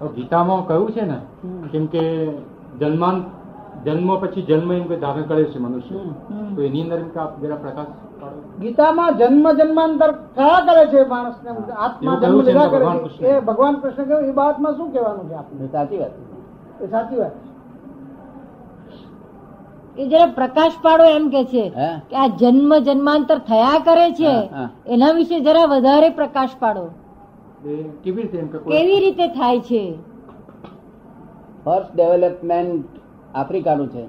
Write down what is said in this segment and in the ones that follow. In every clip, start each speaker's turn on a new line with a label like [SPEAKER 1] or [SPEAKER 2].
[SPEAKER 1] હવે ગીતામાં કહ્યું છે ને
[SPEAKER 2] હમ.
[SPEAKER 1] કેમ કે જન્માન જન્મ પછી જન્મ એમ કે ધારણ કરે છે મનુષ્ય
[SPEAKER 2] હમ.
[SPEAKER 3] હમ.
[SPEAKER 1] તો એની અંદર એમ કે આપ જરા પ્રકાશ પાડો.
[SPEAKER 2] ગીતામાં જન્મ જન્માંતર થયા કરે છે માણસને આત્મા
[SPEAKER 1] એવું કહ્યું છે
[SPEAKER 2] જન્મ લીધા કરે
[SPEAKER 1] ભગવાન
[SPEAKER 2] છે
[SPEAKER 1] કૃષ્ણે.
[SPEAKER 2] એ ભગવાન કૃષ્ણ કહ્યું એ બાબતમાં શું કહેવાનું છે આપણે
[SPEAKER 3] સાચી વાત
[SPEAKER 2] એ સાચી વાત
[SPEAKER 4] એ જરા પ્રકાશ પાડો એમ કે છે
[SPEAKER 3] હે?
[SPEAKER 4] કે આ જન્મ જન્માંતર થયા કરે છે
[SPEAKER 3] હા, હા.
[SPEAKER 4] એના વિશે જરા વધારે પ્રકાશ પાડો
[SPEAKER 1] એ કેવી રીતે એમ કે કોઈ-
[SPEAKER 4] કેવી રીતે થાય છે
[SPEAKER 3] ફર્સ્ટ ડેવલપમેન્ટ આફ્રિકાનું છે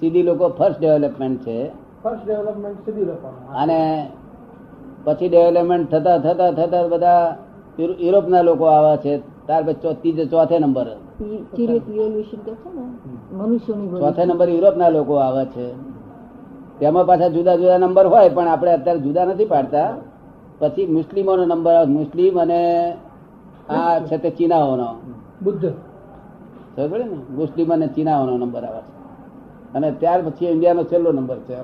[SPEAKER 3] સીધી લોકો ફર્સ્ટ ડેવલપમેન્ટ છે
[SPEAKER 2] ફર્સ્ટ ડેવલપમેન્ટ સીધી લખવાનું
[SPEAKER 3] અને પછી ડેવલપમેન્ટ થતા થતા થતા બધા યુરો- યુરોપના લોકો આવા છે ત્યાર પછી ચો- ત્રીજે ચોથે નંબર
[SPEAKER 4] સીરિયસ રિવોલ્યુશન કે છે ને મનુષ્યની
[SPEAKER 3] ચોથે
[SPEAKER 4] ભૂલ.
[SPEAKER 3] નંબર યુરોપના લોકો આવે છે તેમાં પાછા જુદા જુદા નંબર હોય પણ આપણે અત્યારે જુદા નથી પાડતા પછી મુસ્લિમોનો નંબર આવે. મુસ્લિમ અને આ છે તે ચીનાઓનો
[SPEAKER 2] બુદ્ધ
[SPEAKER 3] ખબર પડી ને મુસ્લિમ અને ચીનાઓનો નંબર આવે છે અને ત્યાર પછી ઇન્ડિયાનો છેલ્લો નંબર છે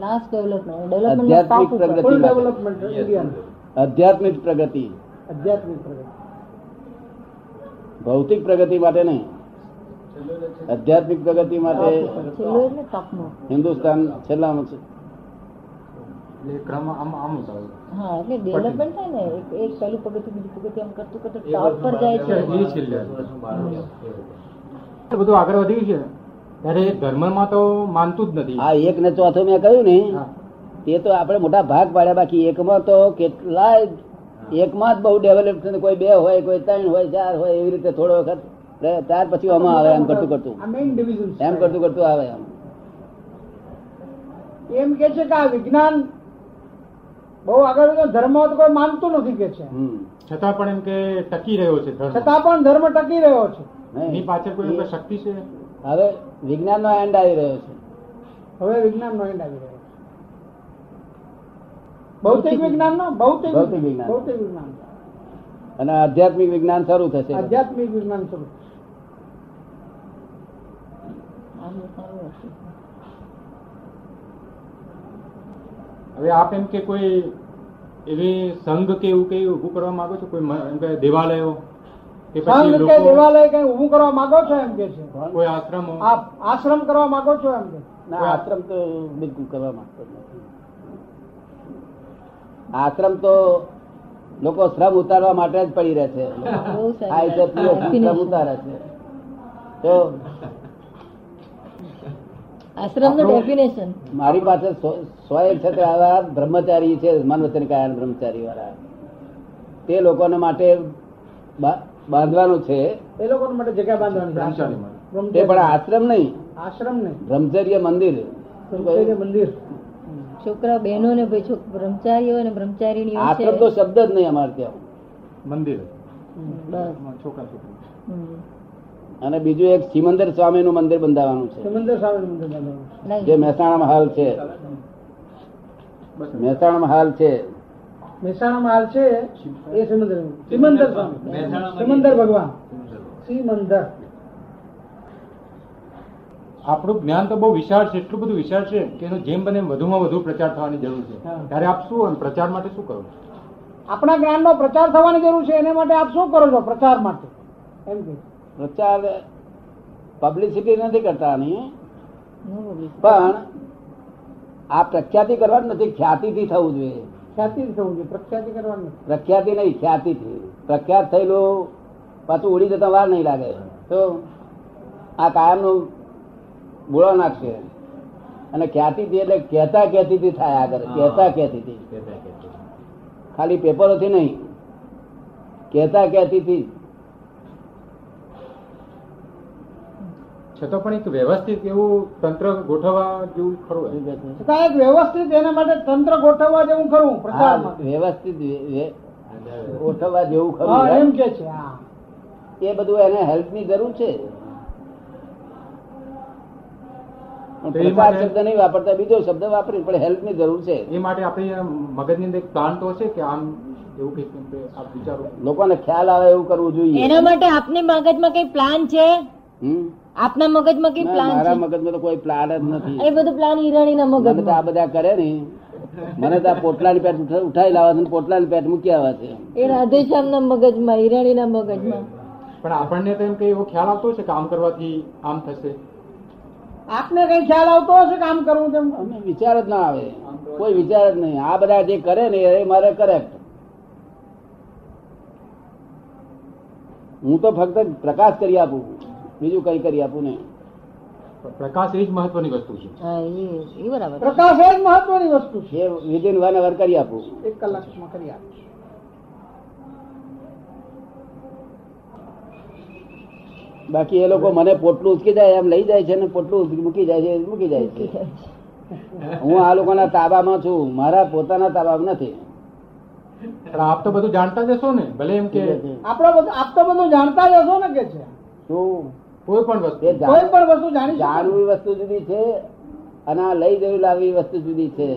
[SPEAKER 4] Last development. Development
[SPEAKER 3] આધ્યાત્મિક
[SPEAKER 4] પાકું
[SPEAKER 3] પ્રગતિ
[SPEAKER 4] પણ.
[SPEAKER 2] ફૂલ
[SPEAKER 3] માટે.
[SPEAKER 2] ડેવલપમેન્ટ ઇન્ડિયાનું
[SPEAKER 3] આધ્યાત્મિક પ્રગતિ
[SPEAKER 2] આધ્યાત્મિક પ્રગતિ
[SPEAKER 3] ભૌતિક પ્રગતિ માટે નહીં આધ્યાત્મિક પ્રગતિ માટે
[SPEAKER 4] છેલ્લો એટલે તપનો
[SPEAKER 3] હિન્દુસ્તાન છેલ્લામાં છે
[SPEAKER 1] એટલે ક્રમ આમ આમ જ આવે
[SPEAKER 4] હા એટલે ડેવલપમેન્ટ થાય ને એક એક પહેલું પગથિયું બીજું પગથિયું એમ કરતું કરતું top પર જાય છે
[SPEAKER 1] એ છેલ્લે. એટલે બધું આગળ વધ્યું છે ત્યારે ધર્મમાં તો માનતું જ નથી
[SPEAKER 3] આ એક ને ચોથો મેં કહ્યું ને
[SPEAKER 1] હા.
[SPEAKER 3] તે તો આપણે મોટા ભાગ પાડ્યા બાકી એકમાં તો કેટલાય એકમાં જ બહુ ડેવલપ છે કોઈ બે હોય કોઈ ત્રણ હોય ચાર હોય એવી રીતે થોડો વખત રહે. ત્યાર પછી આમાં આવે એમ કરતું કરતું
[SPEAKER 2] આ main divisions
[SPEAKER 3] એમ કરતું કરતું આવે એમ
[SPEAKER 2] એમ કે છે કે આ વિજ્ઞાન બહુ આગળ વધ્યું. ધર્મ તો કોઈ માનતું નથી કે છે
[SPEAKER 3] હમ.
[SPEAKER 1] છતાં પણ એમ કે ટકી રહ્યો છે ધર્મ
[SPEAKER 2] છતાં પણ ધર્મ ટકી રહ્યો છે
[SPEAKER 3] નહીં.
[SPEAKER 1] એની પાછળ કોઈ એમ કે શક્તિ છે
[SPEAKER 3] હવે વિજ્ઞાનનો એન્ડ આવી રહ્યો છે
[SPEAKER 2] હવે વિજ્ઞાન નો આવી રહ્યો છે ભૌતિક વિજ્ઞાન નો ભૌતિક
[SPEAKER 3] ભૌતિક વિજ્ઞાન.
[SPEAKER 2] ભૌતિક વિજ્ઞાન
[SPEAKER 3] અને આધ્યાત્મિક વિજ્ઞાન શરૂ થશે
[SPEAKER 2] આધ્યાત્મિક વિજ્ઞાન શરૂ
[SPEAKER 4] આમ સારું હશે.
[SPEAKER 1] હવે આપ એમ કે કોઈ એવી સંઘ કે એવું કઈ ઉભું કરવા માંગો છો કોઈ મ- એમ કે દેવાલયો કે પછી
[SPEAKER 2] સંઘ કે
[SPEAKER 1] લોકો
[SPEAKER 2] દેવાલય કઈ ઊભું કરવા માંગો છો એમ કે છે
[SPEAKER 1] કોઈ આશ્રમો
[SPEAKER 2] આપ આશ્રમ કરવા માંગો છો એમ કે
[SPEAKER 3] ના આશ્રમ તો બિલકુલ કરવા માંગતો જ નથી. આશ્રમ તો લોકો શ્રમ ઉતારવા માટે જ પડી રહે છે
[SPEAKER 4] બહુ સારી
[SPEAKER 3] આ
[SPEAKER 4] વાત.
[SPEAKER 3] ઇજ્જતની ઓછી શ્રમ
[SPEAKER 4] Definition.
[SPEAKER 3] ઉતારે છે તો
[SPEAKER 4] આશ્રમનું
[SPEAKER 1] આપણું-
[SPEAKER 4] ડેફિનેશન
[SPEAKER 3] મારી પાસે સો- સો એક છે તે આવા બ્રહ્મચારી છે મનવચન કાયન બ્રહ્મચારી વાળા તે લોકોને માટે બા- બાંધવાનું છે
[SPEAKER 2] એ લોકો માટે જગ્યા બાંધવાની છે.
[SPEAKER 1] બ્રહ્મચારી માટે.
[SPEAKER 3] તે
[SPEAKER 2] બ્રહ્મચારી.
[SPEAKER 3] પણ આશ્રમ નહીં
[SPEAKER 2] આશ્રમ નહીં
[SPEAKER 3] બ્રહ્મચર્ય મંદિર શું કહ્યું?
[SPEAKER 2] બ્રહ્મચારી મંદિર
[SPEAKER 4] છોકરા બહેનો ને ભાઈ છોક- બ્રહ્મચારીઓ અને બ્રહ્મચારીણીઓ છે
[SPEAKER 3] આશ્રમ તો શબ્દ જ નહીં અમારે ત્યાં
[SPEAKER 1] મંદિર
[SPEAKER 4] હમ, બસ
[SPEAKER 1] છોકરા છોકરી
[SPEAKER 4] હમ.
[SPEAKER 3] અને બીજું એક સિમંદર સ્વામીનું મંદિર બંધાવાનું છે
[SPEAKER 2] સિમંદર સ્વામી મંદિર બાંધવાનું છે.
[SPEAKER 4] નહીં.
[SPEAKER 3] જે મહેસાણામાં હાલ છે
[SPEAKER 1] બસ
[SPEAKER 3] મહેસાણામાં હાલ છે
[SPEAKER 2] મહેસાણામાં હાલ છે એ સિમંદર સિમંદર સ્વામી સિમંદર ભગવાન સિમંદર
[SPEAKER 1] આપણું જ્ઞાન તો બહુ વિશાળ છે એટલું બધું વિશાળ છે કે એનો જેમ બને એમ વધુમાં વધુ પ્રચાર થવાની જરૂર છે
[SPEAKER 2] હા.
[SPEAKER 1] ત્યારે આપ શું આમ પ્રચાર માટે શું કરો છો?
[SPEAKER 2] આપણા જ્ઞાનનો પ્રચાર થવાની જરૂર છે એને માટે આપ શું કરો છો પ્રચાર માટે એમ કે
[SPEAKER 3] પ્રચાર પબ્લિસિટી નથી કરતા આની
[SPEAKER 4] નો બોલી.
[SPEAKER 3] પણ આ પ્રખ્યાતિ કરવા જ નથી ખ્યાતિથી થવું જોઈએ
[SPEAKER 2] ખ્યાતિ જ થવું જોઈએ પ્રખ્યાતિ કરવાની
[SPEAKER 3] પ્રખ્યાતિ નહીં ખ્યાતિથી પ્રખ્યાત થયેલું પાછું ઉડી જતા વાર નહીં લાગે તો આ કાયમનું બોળો નાખશે અને ખ્યાતિથી એટલે કહેતા કહેતીથી થાય આગળ કહેતા કહેતીથી ખાલી પેપરોથી નહીં કહેતા કહેતીથી
[SPEAKER 1] છતાં પણ એક વ્યવસ્થિત એવું તંત્ર ગોઠવવા જેવું ખરું એમ.
[SPEAKER 2] છતાં એક વ્યવસ્થિત એના માટે તંત્ર ગોઠવવા જેવું ખરું પ્રચાર
[SPEAKER 3] હા,
[SPEAKER 2] માટે
[SPEAKER 3] વ્યવસ્થિત વ્ય- વ્ય- ગોઠવવા જેવું ખરું
[SPEAKER 2] હા
[SPEAKER 3] એમ?
[SPEAKER 2] એમ કે છે હા
[SPEAKER 3] એ બધું એને હેલ્પની જરૂર છે પણ
[SPEAKER 1] તો એ
[SPEAKER 3] પ્રચાર
[SPEAKER 1] માટે-
[SPEAKER 3] શબ્દ નહીં વાપરતા બીજો શબ્દ વાપરી પણ હેલ્પની જરૂર છે
[SPEAKER 1] એ માટે આપણી આ મગજની અંદર એક પ્લાન તો હશે કે આમ એવું કંઈક એમ કે આપ વિચારો
[SPEAKER 3] લોકોને ખ્યાલ આવે એવું કરવું જોઈએ
[SPEAKER 4] એના માટે આપને મગજમાં કઈ પ્લાન છે
[SPEAKER 3] હમ?
[SPEAKER 4] આપના મગજમાં કઈ
[SPEAKER 3] ના,
[SPEAKER 4] પ્લાન
[SPEAKER 3] મારા
[SPEAKER 4] છે
[SPEAKER 3] મગજમાં તો કોઈ પ્લાન જ નથી
[SPEAKER 4] એ બધું પ્લાન હિરાણીના
[SPEAKER 3] મને તો આ
[SPEAKER 4] મગજમાં
[SPEAKER 3] બધા કરે ને મને તો આ પોટલાની પેટ ઉઠ- ઉઠાઈ લાવવા છે ને પોટલાની પેટ મૂકી આવ્યા છે
[SPEAKER 4] એ રાધેશ્યામના મગજમાં હિરાણીના મગજમાં
[SPEAKER 1] પણ આપણને તો એમ કે એવો ખ્યાલ આવતો છે કે આમ કરવાથી આમ થશે
[SPEAKER 2] આપને કઈ ખ્યાલ આવતો હશે કામ કરવું તેમ
[SPEAKER 3] અમને વિચાર જ ના આવે કોઈ વિચાર જ નહીં આ બધા જે કરે ને એ મારે કરેક્ટ હું તો ફક્ત પ્રકાશ કરી આપું બીજું કઈ કરી આપું નહીં
[SPEAKER 1] પણ પ્રકાશ એ જ મહત્વની વસ્તુ છે
[SPEAKER 4] હા એ એ બરાબર
[SPEAKER 2] પ્રકાશ એ જ મહત્વની વસ્તુ છે
[SPEAKER 3] એ વિધિન વન અવર કરી આપું
[SPEAKER 2] એક કલાકમાં કરી આપે
[SPEAKER 3] બાકી એ લોકો મને પોટલું ઉચકી જાય એમ લઈ જાય છે ને પોટલું ઉચકી- મૂકી જાય છે મૂકી જાય છે હું આ લોકોના તાબામાં છું મારા પોતાના તાબામાં નથી
[SPEAKER 1] પણ આપ તો બધું જાણતા જ હશો ને ભલે એમ કે
[SPEAKER 2] આપણો બધું આપ તો બધું જાણતા જ હશો ને કે છે
[SPEAKER 3] શું
[SPEAKER 1] કોઈ પણ વસ્તુ
[SPEAKER 3] એ
[SPEAKER 2] કોઈ
[SPEAKER 3] જાણ-
[SPEAKER 2] પણ વસ્તુ જાણી શકો.
[SPEAKER 3] જાણવી વસ્તુ જુદી છે અને આ લઈ જવી લાવી વસ્તુ જુદી છે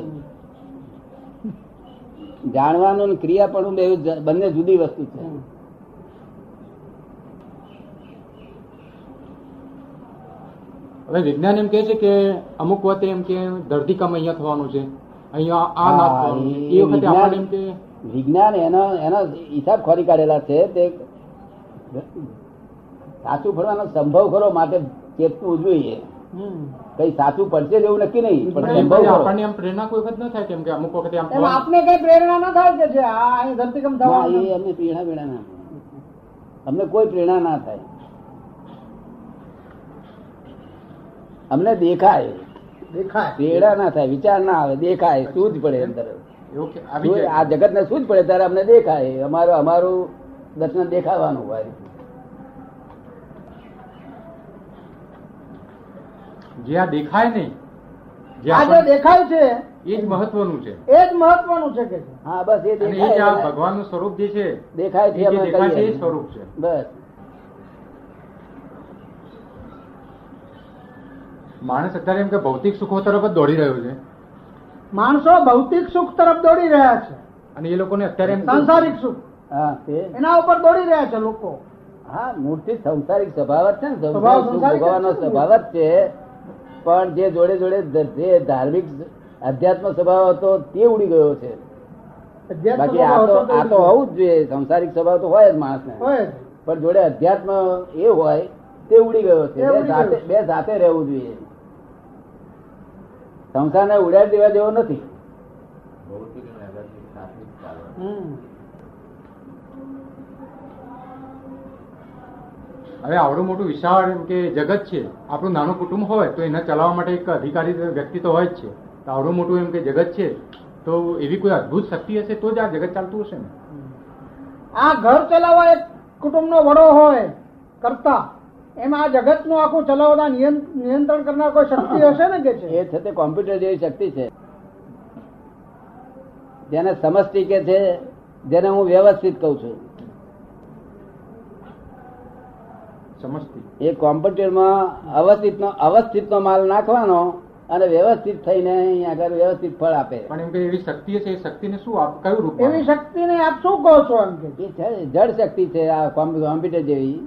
[SPEAKER 3] જાણવાનું અને ક્રિયાપણું બે બંને જુદી વસ્તુ છે
[SPEAKER 1] હવે વિજ્ઞાન એમ કે છે કે અમુક વખતે એમ કે ધરતીકંપ અહીંયા થવાનું છે અહીંયા આ ના
[SPEAKER 3] હા,
[SPEAKER 1] થવાનું છે.
[SPEAKER 3] એ
[SPEAKER 1] એ વખતે આપણને એમ કે
[SPEAKER 3] વિજ્ઞાન- વિજ્ઞાન એનો એનો હિસાબ ખોરી કાઢેલા છે તે સાચું ફરવાનો સંભવ ખરો માટે ચેતવું જોઈએ કઈ સાચું પડશે એવું નક્કી નહીં
[SPEAKER 1] પણ
[SPEAKER 3] પણ
[SPEAKER 1] એમ
[SPEAKER 3] સંભવ
[SPEAKER 1] કરીને
[SPEAKER 3] ખરો.
[SPEAKER 1] આપણને એમ પ્રેરણા કોઈ વખત ન થાય કેમ કે અમુક વખતે આમ
[SPEAKER 2] એમ આપને કઈ પ્રેરણા ના થાય કે છે આ અહીં ધરતીકંપ
[SPEAKER 3] ના,
[SPEAKER 2] થવાનો
[SPEAKER 3] એ અમને પ્રેરણા બેરણા ના થાય. અમને કોઈ પ્રેરણા ના થાય અમને દેખાય
[SPEAKER 2] દેખાય
[SPEAKER 3] પ્રેરણા ના થાય વિચાર ના આવે દેખાય સૂઝ પડે અંદર
[SPEAKER 1] એવું કે આવી
[SPEAKER 3] સૂઝ-
[SPEAKER 1] જાય
[SPEAKER 3] આ જગત ને સૂઝ પડે ત્યારે અમને દેખાય અમારું અમારું દર્શન દેખાવાનું હોય
[SPEAKER 1] જે આ દેખાય નહીં જે
[SPEAKER 2] આ જે
[SPEAKER 1] આપણને-
[SPEAKER 2] દેખાય છે
[SPEAKER 1] એ જ મહત્વનું છે
[SPEAKER 2] એ જ મહત્વનું છે કે છે
[SPEAKER 3] હા બસ એ
[SPEAKER 1] અને એ જે
[SPEAKER 3] દેખાય
[SPEAKER 1] આ ભગવાનનું સ્વરૂપ જે છે
[SPEAKER 3] દેખાય
[SPEAKER 1] એ જે
[SPEAKER 3] છે અમે
[SPEAKER 1] દેખાય છે એ જ
[SPEAKER 3] કહીએ.
[SPEAKER 1] સ્વરૂપ છે
[SPEAKER 3] બસ
[SPEAKER 1] માણસ અત્યારે એમ કે ભૌતિક સુખો તરફ જ દોડી રહ્યો છે
[SPEAKER 2] માણસો ભૌતિક સુખ તરફ દોડી રહ્યા છે
[SPEAKER 1] અને એ લોકોને અત્યારે એમ
[SPEAKER 2] સાંસારિક સુખ
[SPEAKER 3] હા તે
[SPEAKER 2] એના ઉપર દોડી રહ્યા છે લોકો
[SPEAKER 3] હા મૂર્તિ સંસારિક સ્વભાવ જ છે ને
[SPEAKER 2] સ્વભાવ
[SPEAKER 3] સંસાર સુખ
[SPEAKER 2] સંસારિક જ
[SPEAKER 3] ભોગવવાનો
[SPEAKER 2] છે.
[SPEAKER 3] સ્વભાવ જ છે પણ જે જોડે જોડે ધ- જે ધાર્મિક અધ્યાત્મ સ્વભાવ હતો તે ઉડી ગયો છે
[SPEAKER 2] અધ્યાત્મ
[SPEAKER 3] બાકી આ તો
[SPEAKER 2] સ્વભાવ
[SPEAKER 3] આ
[SPEAKER 2] હતો
[SPEAKER 3] તો
[SPEAKER 2] તો
[SPEAKER 3] હોવું જ જોઈએ સંસારિક સ્વભાવ તો હોય જ માણસને
[SPEAKER 2] હોય જ.
[SPEAKER 3] પણ જોડે અધ્યાત્મ એ હોય તે ઉડી ગયો
[SPEAKER 2] એ
[SPEAKER 3] છે બે
[SPEAKER 2] ઉડી ગયો.
[SPEAKER 3] સાથે બે સાથે રહેવું જોઈએ સંસારને ઉડાડી દેવા જેવો નથી
[SPEAKER 1] હવે આવડું મોટું વિશાળ એમ કે જગત છે આપણું નાનું કુટુંબ હોય તો એને ચલાવવા માટે એક અધિકારી વ્યક્તિ તો હોય જ છે તો આવડું મોટું એમ કે જગત છે તો એવી કોઈ અદ્ભુત શક્તિ હશે તો જ આ જગત ચાલતું હશે ને
[SPEAKER 2] આ ઘર ચલાવવા એક કુટુંબનો વડો હોય કરતા એમ આ જગતનું આખું ચલાવતા નિયં- નિયંત્રણ કરનાર કોઈ શક્તિ હશે ને કે છે
[SPEAKER 3] એ છતાં કોમ્પ્યુટર જેવી શક્તિ છે જેને સમષ્ટિ કે છે જેને હું વ્યવસ્થિત કહું છું
[SPEAKER 1] સમજતી
[SPEAKER 3] એ કોમ્પ્યુટરમાં અવસ્થિતનો અવસ્થિતનો માલ નાખવાનો અને વ્યવસ્થિત થઈને અહીં આગળ વ્યવસ્થિત ફળ આપે
[SPEAKER 1] પણ એમ કે એવી શક્તિ હશે એ શક્તિને શું આપ કયું રૂપ
[SPEAKER 2] એવી
[SPEAKER 1] આપો?
[SPEAKER 2] શક્તિને આપ શું કહો છો એમ કે
[SPEAKER 3] એ છે જળ શક્તિ છે આ કોમ્પ- કોમ્પ્યુટર જેવી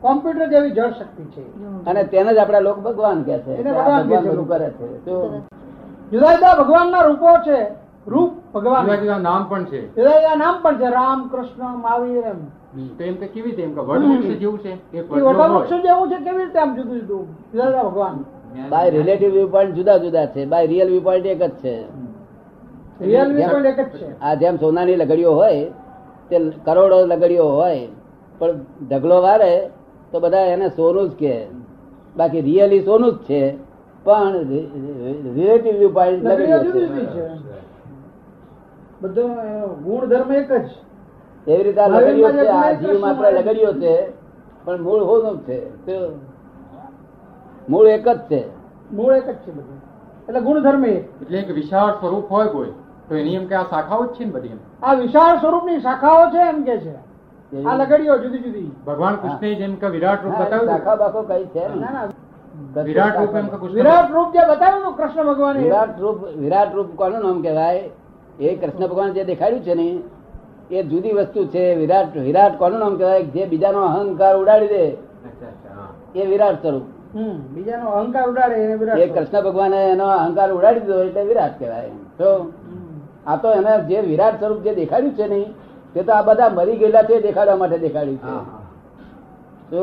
[SPEAKER 2] કોમ્પ્યુટર જેવી જળ શક્તિ છે
[SPEAKER 3] અને તેને જ આપણા લોકો ભગવાન કહે છે
[SPEAKER 2] એને
[SPEAKER 3] આ
[SPEAKER 2] ભગવાન
[SPEAKER 3] ભગવાન
[SPEAKER 2] કહે છે.
[SPEAKER 3] બધું કરે છે તો
[SPEAKER 2] જુદા જુદા ભગવાનના રૂપો છે રૂપ ભગવાન
[SPEAKER 1] જુદા જુદા નામ પણ છે
[SPEAKER 2] જુદા જુદા નામ પણ છે રામ કૃષ્ણ મહાવીર એમ
[SPEAKER 1] તો એમ કે કેવી રીતે એમ કે વડવૃક્ષ જેવું છે એક
[SPEAKER 2] એ
[SPEAKER 1] વડનો
[SPEAKER 2] વટવૃક્ષ
[SPEAKER 1] હોય.
[SPEAKER 2] જેવું છે કેવી રીતે આમ જુદું જુદું જુદા જુદા ભગવાન
[SPEAKER 3] બાય રિલેટિવ વ્યૂ પોઈન્ટ જુદા જુદા છે બાય રિયલ વ્યૂ પોઈન્ટ એક જ છે
[SPEAKER 2] રિયલ પણ એક જ છે
[SPEAKER 3] આ જેમ સોનાની લગડીઓ હોય તે કરોડો લગડીઓ હોય પણ ઢગલો વારે તો બધા એને સોનું જ કહે બાકી રિયલી સોનું જ છે પણ રિલેટિવ વ્યૂ પોઈન્ટ
[SPEAKER 2] નગરીઓ
[SPEAKER 3] લગડીઓ
[SPEAKER 2] જુદી
[SPEAKER 3] છે.
[SPEAKER 2] જુદી છે બધો એનો ગુણધર્મ એક જ
[SPEAKER 3] એવી રીતે આ લગડીઓ છે આ
[SPEAKER 2] ભાવિમાં જે
[SPEAKER 3] જીવ માત્ર
[SPEAKER 2] કૃષ્ણ
[SPEAKER 3] લગડીઓ છે પણ મૂળ હોનું જ છે તો મૂળ એક જ છે
[SPEAKER 2] મૂળ એક જ છે બધું એટલે ગુણધર્મ એક
[SPEAKER 1] એટલે એક વિશાળ સ્વરૂપ હોય કોઈ તો એની એમ કે આ શાખાઓ જ છે ને બધી એમ
[SPEAKER 2] આ વિશાળ સ્વરૂપની શાખાઓ છે એમ કે છે આ લગડીઓ જુદી જુદી
[SPEAKER 1] ભગવાન કૃષ્ણે જેમ કે વિરાટ રૂપ
[SPEAKER 3] હા,
[SPEAKER 1] બતાવ્યું
[SPEAKER 3] શાખા બાખો કઈ છે નહીં.
[SPEAKER 2] ના, ના,
[SPEAKER 1] હતું. વિરાટ રૂપ એમ કે કૃષ્ણ
[SPEAKER 2] વિરાટ રૂપ જે બતાવ્યું ને કૃષ્ણ ભગવાને
[SPEAKER 3] વિરાટ રૂપ વિરાટ રૂપ કોનું નામ કહેવાય એ કૃષ્ણ ભગવાન જે દેખાડ્યું છે ને એ જુદી વસ્તુ છે વિરાટ વિરાટ કોનું નામ કહેવાય જે બીજાનો અહંકાર ઉડાડી દે
[SPEAKER 1] અચ્છા, અચ્છા, હા.
[SPEAKER 3] એ વિરાટ સ્વરૂપ
[SPEAKER 2] હમ, બીજાનો અહંકાર ઉડાડે એને વિરાટ
[SPEAKER 3] એ કૃષ્ણ ભગવાને એનો અહંકાર ઉડાડી દીધો એટલે વિરાટ કહેવાય તો
[SPEAKER 2] હમ.
[SPEAKER 3] આ તો એને જે વિરાટ સ્વરૂપ જે દેખાડ્યું છે નહીં તે તો આ બધા મરી ગયેલા છે એ દેખાડવા માટે દેખાડ્યું
[SPEAKER 5] હા,
[SPEAKER 3] છે
[SPEAKER 5] હા.
[SPEAKER 3] તો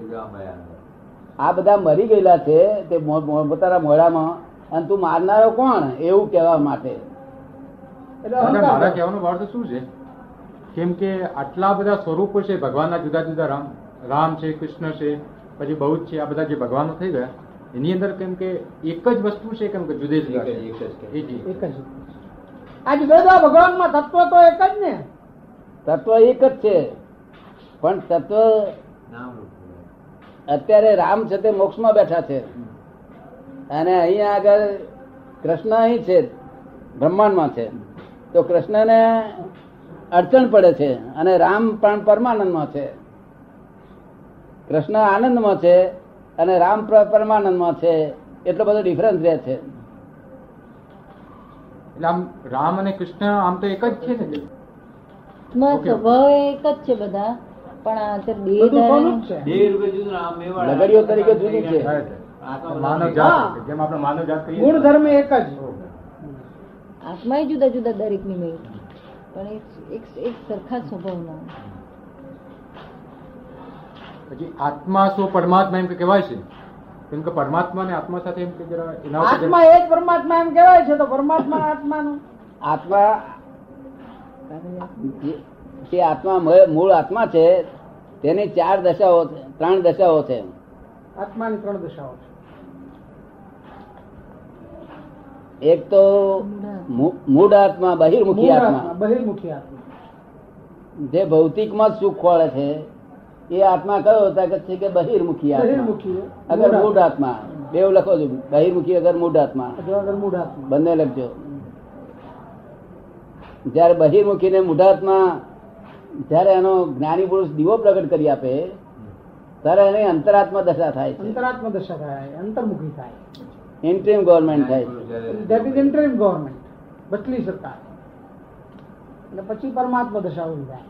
[SPEAKER 5] એ જવા મળ્યા.
[SPEAKER 3] આ બધા મરી ગયેલા છે તે મો- મો- પોતાના મોઢામાં અને તું મારનારો કોણ એવું કહેવા માટે
[SPEAKER 2] એટલે
[SPEAKER 1] દાદા, મારા
[SPEAKER 2] અહંકાર
[SPEAKER 1] કહેવાનો ભાવ તો શું છે કેમ કે આટલા બધા સ્વરૂપો છે ભગવાનના જુદા જુદા રામ રામ છે કૃષ્ણ છે પછી બૌદ્ધ છે આ બધા જે ભગવાનો થઈ ગયા એની અંદર કેમ કે એક જ વસ્તુ છે કેમ કે જુદે જુદા છે.
[SPEAKER 5] એક જ, એક જ.
[SPEAKER 1] એક જ.
[SPEAKER 2] એક જ આ જુદા જુદા ભગવાનમાં તત્વ તો એક જ ને
[SPEAKER 3] તત્વ એક જ છે પણ તત્વ
[SPEAKER 5] નામ રૂપ.
[SPEAKER 3] અત્યારે રામ છે તે મોક્ષમાં બેઠા છે અને અહીંયા આગળ કૃષ્ણ અહીં છે બ્રહ્માંડમાં છે તો કૃષ્ણને અડચણ પડે છે અને રામ પણ પરમાનંદમાં છે કૃષ્ણ આનંદમાં છે અને રામ પર- પરમાનંદમાં છે એટલો બધો ડિફરન્સ રહે છે
[SPEAKER 1] એટલે આમ રામ અને કૃષ્ણ આમ તો એક જ છે ને
[SPEAKER 4] માં
[SPEAKER 1] Okay.
[SPEAKER 4] સ્વભાવ એક જ છે બધા પણ આ અત્યારે દેહ
[SPEAKER 2] બધું કોનું જ
[SPEAKER 4] ધારણ-
[SPEAKER 2] છે
[SPEAKER 5] દેહ રૂપે જુદું, આમ એવા.
[SPEAKER 3] લગડીઓ તરીકે જુદી છે.
[SPEAKER 1] માનવ
[SPEAKER 2] હા.
[SPEAKER 1] જાત છે. જેમ આપણે માનવ જાત કહીએ
[SPEAKER 2] ગુણધર્મ એક જ
[SPEAKER 4] આત્મા એ જુદા જુદા દરેક ની પણ એક- એક એક સરખા સ્વભાવના
[SPEAKER 1] પછી આત્મા શું પરમાત્મા એમ કે કહેવાય છે કેમ કે પરમાત્મા ને આત્મા સાથે એમ કે જરા એના ઉપર જરા-
[SPEAKER 2] આત્મા એ જ પરમાત્મા એમ કહેવાય છે તો પરમાત્મા આત્માનું
[SPEAKER 3] આત્મા જે- જે આત્મા મ- મૂળ આત્મા છે તેની ચાર દશાઓ છે, ત્રણ દશાઓ છે
[SPEAKER 2] આત્માની ત્રણ દશાઓ છે
[SPEAKER 3] એક તો મૂ- મૂળ આત્મા બહિર્મુખી
[SPEAKER 2] મૂળ આત્મા
[SPEAKER 3] આત્મા
[SPEAKER 2] બહિર્મુખી આત્મા
[SPEAKER 3] જે ભૌતિકમાં જ સુખ ખોળે છે એ આત્મા કયો તાકાત છે કે બહિર્મુખી આત્મા
[SPEAKER 2] બહિર્મુખી
[SPEAKER 3] અગર મૂળ
[SPEAKER 2] મૂળ આત્મા.
[SPEAKER 3] આત્મા બેવ લખો છો બહિર્મુખી અગર મૂળ આત્મા
[SPEAKER 2] જો અગર મૂળ આત્મા
[SPEAKER 3] બંને લખજો જ્યારે બહિર્મુખી ને મૂઢાત્મા જ્યારે એનો જ્ઞાની પુરુષ દીવો પ્રગટ કરી આપે ત્યારે એને અંતરાત્મા દશા થાય છે
[SPEAKER 2] અંતરાત્મા દશા થાય અંતર્મુખી થાય
[SPEAKER 3] ઇન્ટ્રીમ ગવર્મેન્ટ થાય છે
[SPEAKER 2] ધેટ ઇઝ ઇન્ટરિમ ગવર્મેન્ટ બદલી સરકાર અને પછી પરમાત્મા દશા ઉભી થાય